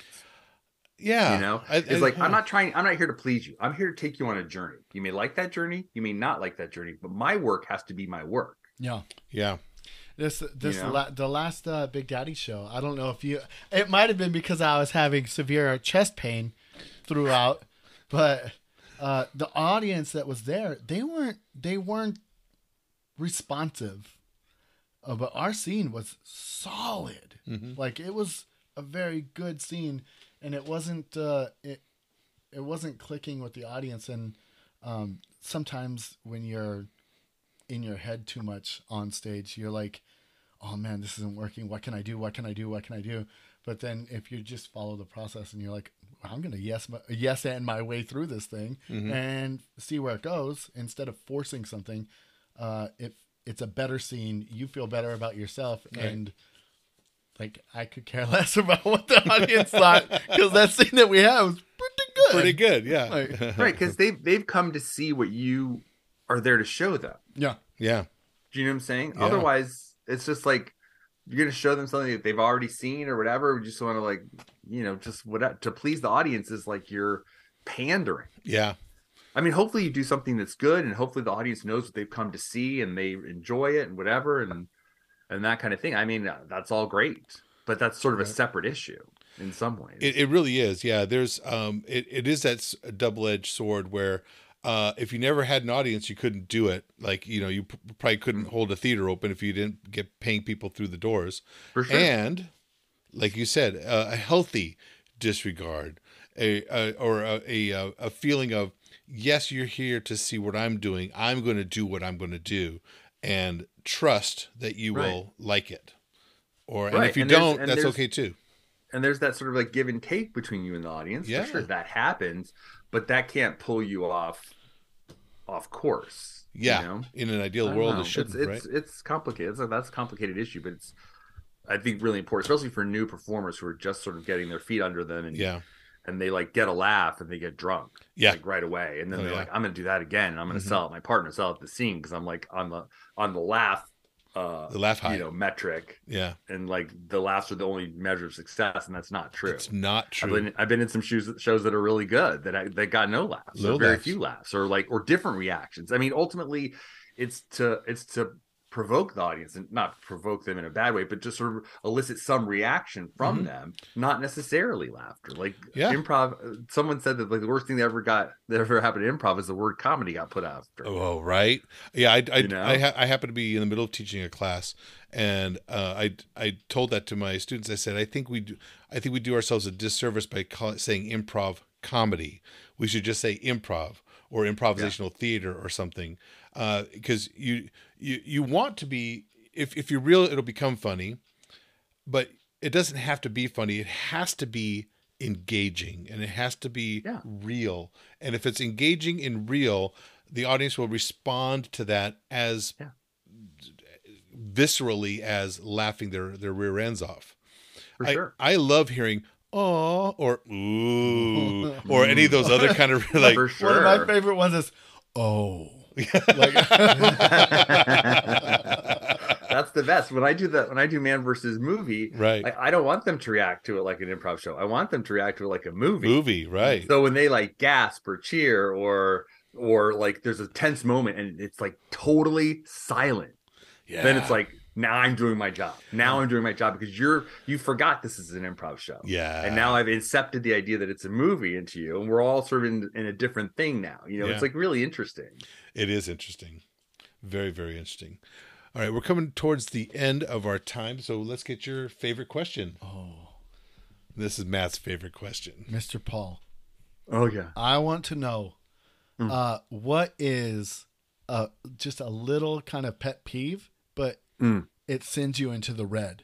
[SPEAKER 2] Yeah,
[SPEAKER 3] you know
[SPEAKER 2] I-
[SPEAKER 3] it's
[SPEAKER 2] I-
[SPEAKER 3] like i'm not trying i'm not here to please you i'm here to take you on a journey you may like that journey you may not like that journey but my work has to be my work
[SPEAKER 1] Yeah.
[SPEAKER 2] Yeah,
[SPEAKER 1] This this
[SPEAKER 3] Yeah.
[SPEAKER 1] la- the last uh, Big Daddy show. I don't know if you. It might have been because I was having severe chest pain throughout, but uh, the audience that was there, they weren't they weren't responsive. Uh, but our scene was solid. Like it was a very good scene, and it wasn't uh, it it wasn't clicking with the audience. And um, sometimes when you're in your head too much on stage. You're like, oh man, this isn't working. What can I do? What can I do? What can I do? But then if you just follow the process and you're like, I'm gonna yes my, yes and my way through this thing and see where it goes instead of forcing something. Uh, if it's a better scene, you feel better about yourself and. Like I could care less about what the audience thought because that scene that we had was pretty good.
[SPEAKER 2] pretty good. Yeah,
[SPEAKER 1] Like-
[SPEAKER 3] right because they've they've come to see what you are there to show them
[SPEAKER 1] Yeah,
[SPEAKER 2] yeah,
[SPEAKER 3] do you know what i'm saying
[SPEAKER 2] Yeah.
[SPEAKER 3] otherwise it's just like you're gonna show them something that they've already seen or whatever we just want to like you know just whatever to please the audience is like you're pandering
[SPEAKER 2] yeah,
[SPEAKER 3] I mean, hopefully you do something that's good, and hopefully the audience knows what they've come to see and they enjoy it and whatever, and and that kind of thing. I mean, uh, that's all great, but that's sort of a separate issue in some ways.
[SPEAKER 2] It, it really is. Yeah, there's um, it, it is that s- double-edged sword where. Uh, if you never had an audience, you couldn't do it. Like you know, you p- probably
[SPEAKER 3] Mm.
[SPEAKER 2] couldn't hold a theater open if you didn't get paying people through the doors.
[SPEAKER 3] For sure.
[SPEAKER 2] And, like you said, uh, a healthy disregard, a, a or a, a uh, a feeling of yes, you're here to see what I'm doing. I'm going to do what I'm going to do, and trust that you
[SPEAKER 3] Right.
[SPEAKER 2] will like it. Or and
[SPEAKER 3] Right,
[SPEAKER 2] if you
[SPEAKER 3] and there's-
[SPEAKER 2] don't,
[SPEAKER 3] and
[SPEAKER 2] that's
[SPEAKER 3] there's-
[SPEAKER 2] okay too.
[SPEAKER 3] and there's that sort of like give and take between you and the audience.
[SPEAKER 2] Yeah.
[SPEAKER 3] For sure, that happens, but that can't pull you off off course. you
[SPEAKER 2] Yeah,
[SPEAKER 3] know?
[SPEAKER 2] in an ideal
[SPEAKER 3] I don't
[SPEAKER 2] world,
[SPEAKER 3] know.
[SPEAKER 2] it shouldn't,
[SPEAKER 3] It's
[SPEAKER 2] right?
[SPEAKER 3] it's, it's complicated. It's a, that's a complicated issue, but it's I think really important, especially for new performers who are just sort of getting their feet under them and
[SPEAKER 2] Yeah,
[SPEAKER 3] and they like get a laugh and they get drunk
[SPEAKER 2] yeah,
[SPEAKER 3] like right away and then
[SPEAKER 2] Oh,
[SPEAKER 3] they're
[SPEAKER 2] yeah. Mm-hmm.
[SPEAKER 3] like i'm gonna do that again and i'm gonna sell it my partner sell it the scene because i'm like on the on the laugh uh
[SPEAKER 2] the laugh high.
[SPEAKER 3] you know metric
[SPEAKER 2] yeah,
[SPEAKER 3] and like the laughs are the only measure of success and that's not true,
[SPEAKER 2] it's not
[SPEAKER 3] I've,
[SPEAKER 2] true.
[SPEAKER 3] been, I've been in some shoes shows that are really good that I, that got no laughs
[SPEAKER 2] No
[SPEAKER 3] or very
[SPEAKER 2] laughs.
[SPEAKER 3] few laughs or like or different reactions i mean ultimately it's to it's to provoke the audience and not provoke them in a bad way but just sort of elicit some reaction from them not necessarily laughter like
[SPEAKER 2] Mm-hmm. Yeah.
[SPEAKER 3] improv someone said that like the worst thing that ever got that ever happened to improv is the word comedy got put after
[SPEAKER 2] Oh, right. Yeah, I I,
[SPEAKER 3] You know?
[SPEAKER 2] I, ha- I happen to be in the middle of teaching a class, and uh, I I told that to my students. I said, I think we do, I think we do ourselves a disservice by call, saying improv comedy. We should just say improv or improvisational theater or something, because you you you want to be if if you're real, it'll become funny, but it doesn't have to be funny. It has to be engaging and it has to be
[SPEAKER 3] Yeah.
[SPEAKER 2] real. And if it's engaging and real, the audience will respond to that as
[SPEAKER 3] Yeah.
[SPEAKER 2] viscerally as laughing their their rear ends off.
[SPEAKER 3] for
[SPEAKER 2] I,
[SPEAKER 3] sure
[SPEAKER 2] I love hearing "oh" or "ooh" or any of those other kind of like
[SPEAKER 3] for
[SPEAKER 1] one
[SPEAKER 3] sure
[SPEAKER 1] of my favorite ones is oh.
[SPEAKER 3] That's the best. When I do that, when I do man versus movie,
[SPEAKER 2] Right.
[SPEAKER 3] I, I don't want them to react to it like an improv show. I want them to react to it like a movie.
[SPEAKER 2] movie, right?
[SPEAKER 3] So when they like gasp or cheer or or like there's a tense moment and it's like totally silent,
[SPEAKER 2] yeah.
[SPEAKER 3] then it's like now I'm doing my job. Now I'm doing my job because you're you forgot this is an improv show.
[SPEAKER 2] yeah.
[SPEAKER 3] And now I've incepted the idea that it's a movie into you, and we're all sort of in, in a different thing now. You know,
[SPEAKER 2] Yeah.
[SPEAKER 3] it's like really interesting.
[SPEAKER 2] It is interesting. Very, very interesting. All right, we're coming towards the end of our time, so let's get your favorite question. Oh. This is Matt's favorite question.
[SPEAKER 1] Mr. Paul.
[SPEAKER 3] Oh yeah.
[SPEAKER 1] I want to know
[SPEAKER 3] Hmm.
[SPEAKER 1] uh, what is uh, just a little kind of pet peeve, but
[SPEAKER 3] Mm.
[SPEAKER 1] it sends you into the red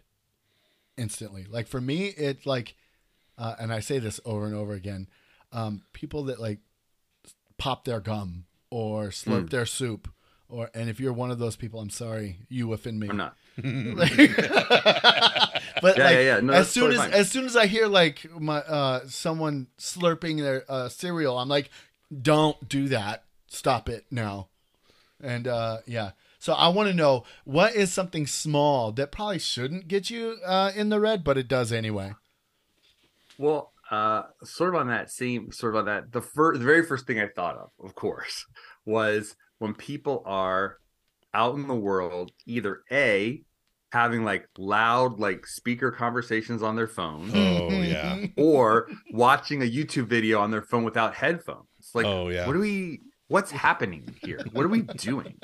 [SPEAKER 1] instantly. Like for me, it like, uh, and I say this over and over again, um, people that like pop their gum
[SPEAKER 3] Hmm.
[SPEAKER 1] or slurp their soup, or and if you're one of those people, I'm sorry, you offend me.
[SPEAKER 3] I'm not.
[SPEAKER 1] but
[SPEAKER 3] Yeah,
[SPEAKER 1] like,
[SPEAKER 3] yeah, yeah. No,
[SPEAKER 1] as
[SPEAKER 3] that's
[SPEAKER 1] soon as
[SPEAKER 3] totally fine.
[SPEAKER 1] as soon as I hear like my uh someone slurping their uh cereal, I'm like, don't do that. Stop it now. And uh yeah. So I want to know what is something small that probably shouldn't get you uh in the red, but it does anyway.
[SPEAKER 3] Well, uh, sort of on that same sort of on that the first the very first thing I thought of, of course, was when people are out in the world, either a having like loud like speaker conversations on their phone,
[SPEAKER 2] Oh yeah.
[SPEAKER 3] or watching a YouTube video on their phone without headphones. Like,
[SPEAKER 2] Oh, yeah.
[SPEAKER 3] what do we? What's happening here? What are we doing?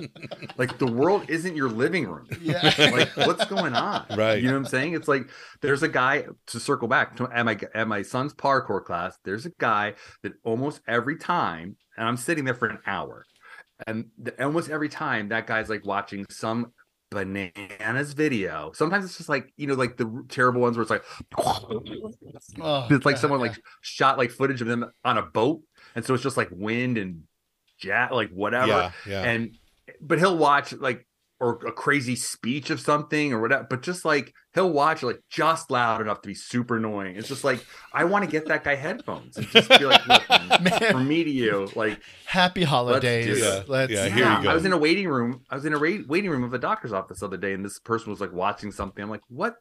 [SPEAKER 3] like, the world isn't your living room
[SPEAKER 1] Yeah.
[SPEAKER 3] like what's going on
[SPEAKER 2] Right.
[SPEAKER 3] you know what i'm saying it's like there's a guy to circle back to at my at my son's parkour class there's a guy that almost every time and i'm sitting there for an hour and the, almost every time that guy's like watching some bananas video sometimes it's just like you know like the terrible ones where it's like
[SPEAKER 1] Oh,
[SPEAKER 3] it's like
[SPEAKER 1] God,
[SPEAKER 3] someone
[SPEAKER 1] yeah.
[SPEAKER 3] like shot like footage of them on a boat and so it's just like wind and jet like whatever
[SPEAKER 2] Yeah, yeah.
[SPEAKER 3] and but he'll watch like or a crazy speech of something or whatever but just like he'll watch like just loud enough to be super annoying it's just like i want to get that guy headphones and just be like look, from me to you like
[SPEAKER 1] happy holidays.
[SPEAKER 3] it.
[SPEAKER 1] Let's-
[SPEAKER 2] Yeah, Uh, here you
[SPEAKER 3] yeah,
[SPEAKER 2] go.
[SPEAKER 3] i was in a waiting room i was in a ra- waiting room of a doctor's office the other day and this person was like watching something i'm like what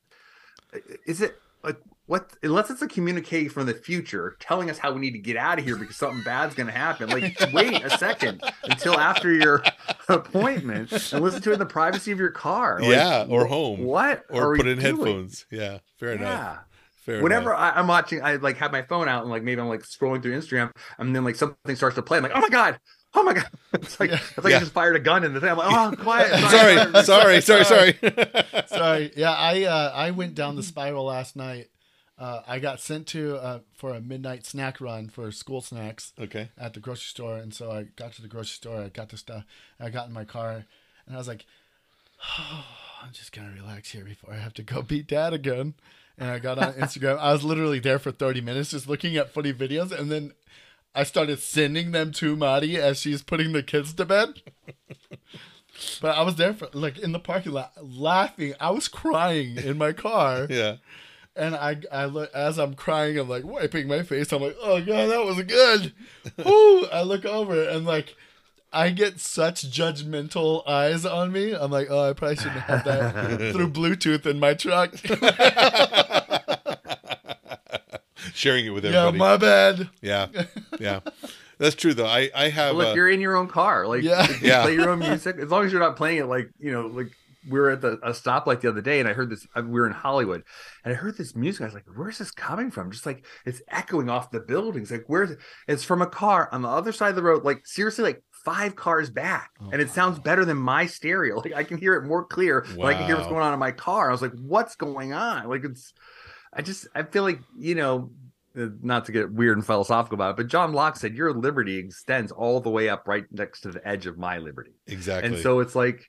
[SPEAKER 3] is it like what unless it's a communique from the future telling us how we need to get out of here because something bad's going to happen like wait a second until after your appointment and listen to it in the privacy of your car Like,
[SPEAKER 2] yeah, or home.
[SPEAKER 3] what are
[SPEAKER 2] Or put
[SPEAKER 3] we
[SPEAKER 2] in
[SPEAKER 3] doing?
[SPEAKER 2] headphones. Yeah. Fair enough.
[SPEAKER 3] yeah
[SPEAKER 2] Fair
[SPEAKER 3] Whenever
[SPEAKER 2] enough.
[SPEAKER 3] I, I'm watching, I like have my phone out and like maybe I'm like scrolling through Instagram and then like something starts to play. I'm like, oh my god, oh my god! It's like it's like
[SPEAKER 2] Yeah.
[SPEAKER 3] I just fired a gun in the thing. I'm like, oh, quiet.
[SPEAKER 2] sorry, sorry, sorry, sorry.
[SPEAKER 1] Sorry. Yeah, I uh, I went down the spiral last night. Uh, I got sent to uh, for a midnight snack run for school snacks
[SPEAKER 2] okay.
[SPEAKER 1] at the grocery store, and so I got to the grocery store. I got the stuff. I got in my car, and I was like, "I'm just gonna relax here before I have to go beat dad again." And I got on Instagram. I was literally there for 30 minutes just looking at funny videos, and then I started sending them to Maddie as she's putting the kids to bed. But I was there for like in the parking lot laughing. I was crying in my car.
[SPEAKER 2] Yeah.
[SPEAKER 1] And I, I look as I'm crying, I'm like wiping my face. I'm like, oh god, that was good. Woo! I look over and like, I get such judgmental eyes on me. I'm like, oh, I probably shouldn't have that through Bluetooth in my truck.
[SPEAKER 2] Sharing it with
[SPEAKER 1] yeah,
[SPEAKER 2] everybody.
[SPEAKER 1] my bad.
[SPEAKER 2] Yeah. Yeah. That's true though. I I have
[SPEAKER 3] Look,
[SPEAKER 2] uh,
[SPEAKER 3] you're in your own car. Like,
[SPEAKER 1] Yeah.
[SPEAKER 3] you
[SPEAKER 2] Yeah.
[SPEAKER 3] play your own music as long as you're not playing it like you know like. We were at the, a stoplight the other day, and I heard this. We were in Hollywood, and I heard this music. I was like, "Where's this coming from?" Just like it's echoing off the buildings. Like, where's it? It's from a car on the other side of the road. Like seriously, like five cars back,
[SPEAKER 2] Oh,
[SPEAKER 3] and it sounds better than my stereo. Like I can hear it more clear. than I can hear what's
[SPEAKER 2] Wow.
[SPEAKER 3] going on in my car. I was like, "What's going on?" Like it's. I just I feel like you know uh, not to get weird and philosophical about it, but John Locke said your liberty extends all the way up right next to the edge of my liberty.
[SPEAKER 2] exactly.
[SPEAKER 3] And so it's like,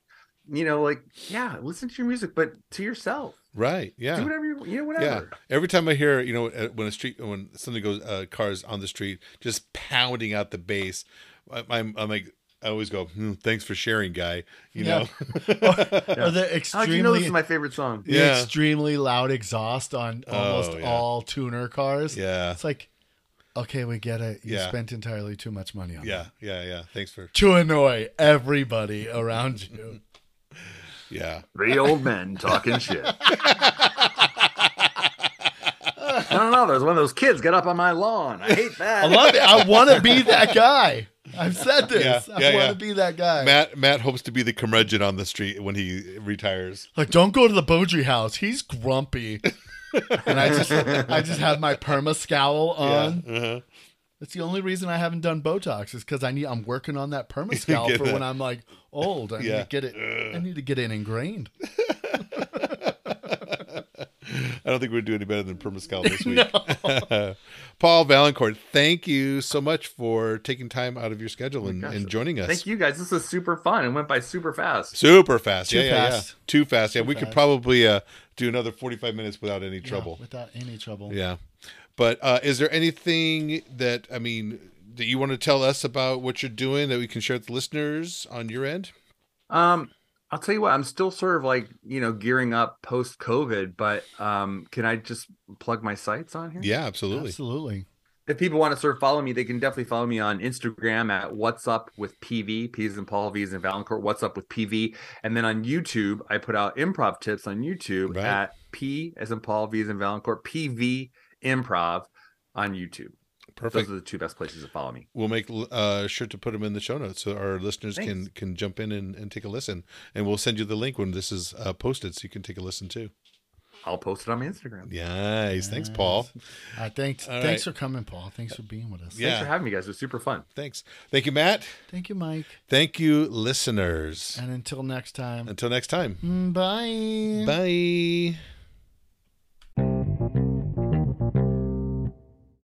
[SPEAKER 3] you know, like, yeah, listen to your music, but to yourself.
[SPEAKER 2] right. Yeah.
[SPEAKER 3] Do whatever you you know, whatever.
[SPEAKER 2] Yeah. Every time I hear, you know, uh, when a street, when something goes, uh, cars on the street, just pounding out the bass, I, I'm, I'm like, I always go, hmm, thanks for sharing, guy.
[SPEAKER 1] Yeah.
[SPEAKER 2] You know?
[SPEAKER 1] Or the
[SPEAKER 3] How do you know
[SPEAKER 1] extremely,
[SPEAKER 3] this is my favorite song?
[SPEAKER 1] the
[SPEAKER 2] Yeah. Oh,
[SPEAKER 1] extremely loud exhaust on almost
[SPEAKER 2] yeah.
[SPEAKER 1] all tuner cars.
[SPEAKER 2] yeah.
[SPEAKER 1] It's like, okay, we get it. You
[SPEAKER 2] Yeah.
[SPEAKER 1] spent entirely too much money on
[SPEAKER 2] Yeah.
[SPEAKER 1] that.
[SPEAKER 2] Yeah. Yeah. Thanks for,
[SPEAKER 1] to annoy everybody around you.
[SPEAKER 2] yeah.
[SPEAKER 3] Three old men talking shit. I don't know. There's one of those kids got up on my lawn. I hate that.
[SPEAKER 1] I love it. I want to be that guy. I've said this.
[SPEAKER 2] Yeah,
[SPEAKER 1] I
[SPEAKER 2] yeah,
[SPEAKER 1] want to
[SPEAKER 2] yeah.
[SPEAKER 1] be that guy.
[SPEAKER 2] Matt, Matt hopes to be the curmudgeon on the street when he retires.
[SPEAKER 1] Like, don't go to the Beaudry house. He's grumpy. and I just, I just have my perma scowl on.
[SPEAKER 2] Yeah. Uh-huh.
[SPEAKER 1] That's the only reason I haven't done Botox is because I need. I'm working on that perma scowl
[SPEAKER 2] Get
[SPEAKER 1] for
[SPEAKER 2] that.
[SPEAKER 1] when I'm like old. I need
[SPEAKER 2] Yeah.
[SPEAKER 1] to get it. I need to get it ingrained.
[SPEAKER 2] I don't think we're doing any better than Permascal this week. Paul Valancourt, thank you so much for taking time out of your schedule and, and joining us.
[SPEAKER 3] Thank you guys. This was super fun. It went by super fast.
[SPEAKER 2] Super fast. yeah, yeah,
[SPEAKER 1] fast.
[SPEAKER 2] yeah. Too fast. Yeah, we could probably uh, do another 45 minutes without any trouble.
[SPEAKER 1] Yeah, without any trouble.
[SPEAKER 2] Yeah. But uh, is there anything that, I mean, that you want to tell us about what you're doing that we can share with the listeners on your end?
[SPEAKER 3] Um, I'll tell you what, I'm still sort of like, you know, gearing up post COVID, but um, can I just plug my sites on here?
[SPEAKER 2] Yeah, absolutely.
[SPEAKER 1] Absolutely.
[SPEAKER 3] If people want to sort of follow me, they can definitely follow me on Instagram at What's Up with PV, P's and Paul, V's and Valancourt, What's Up with PV. And then on YouTube, I put out improv tips on YouTube
[SPEAKER 2] Right.
[SPEAKER 3] at P as in Paul, V's and Valancourt, PV Improv on YouTube.
[SPEAKER 2] Perfect.
[SPEAKER 3] Those are the two best places to follow me.
[SPEAKER 2] We'll make uh, sure to put them in the show notes so our listeners can can jump in and, and take a listen. And we'll send you the link when this is uh, posted so you can take a listen too.
[SPEAKER 3] I'll post it on my Instagram.
[SPEAKER 2] Nice. Thanks, Paul.
[SPEAKER 1] Uh, thanks.
[SPEAKER 2] All
[SPEAKER 1] thanks
[SPEAKER 2] right.
[SPEAKER 1] for coming, Paul. Thanks for being with us.
[SPEAKER 2] Yeah.
[SPEAKER 3] Thanks for having me guys. It was super fun.
[SPEAKER 2] Thanks. Thank you, Matt.
[SPEAKER 1] Thank you, Mike.
[SPEAKER 2] Thank you, listeners.
[SPEAKER 1] And until next time. Mm,
[SPEAKER 2] Until next time.
[SPEAKER 1] Bye.
[SPEAKER 2] Bye.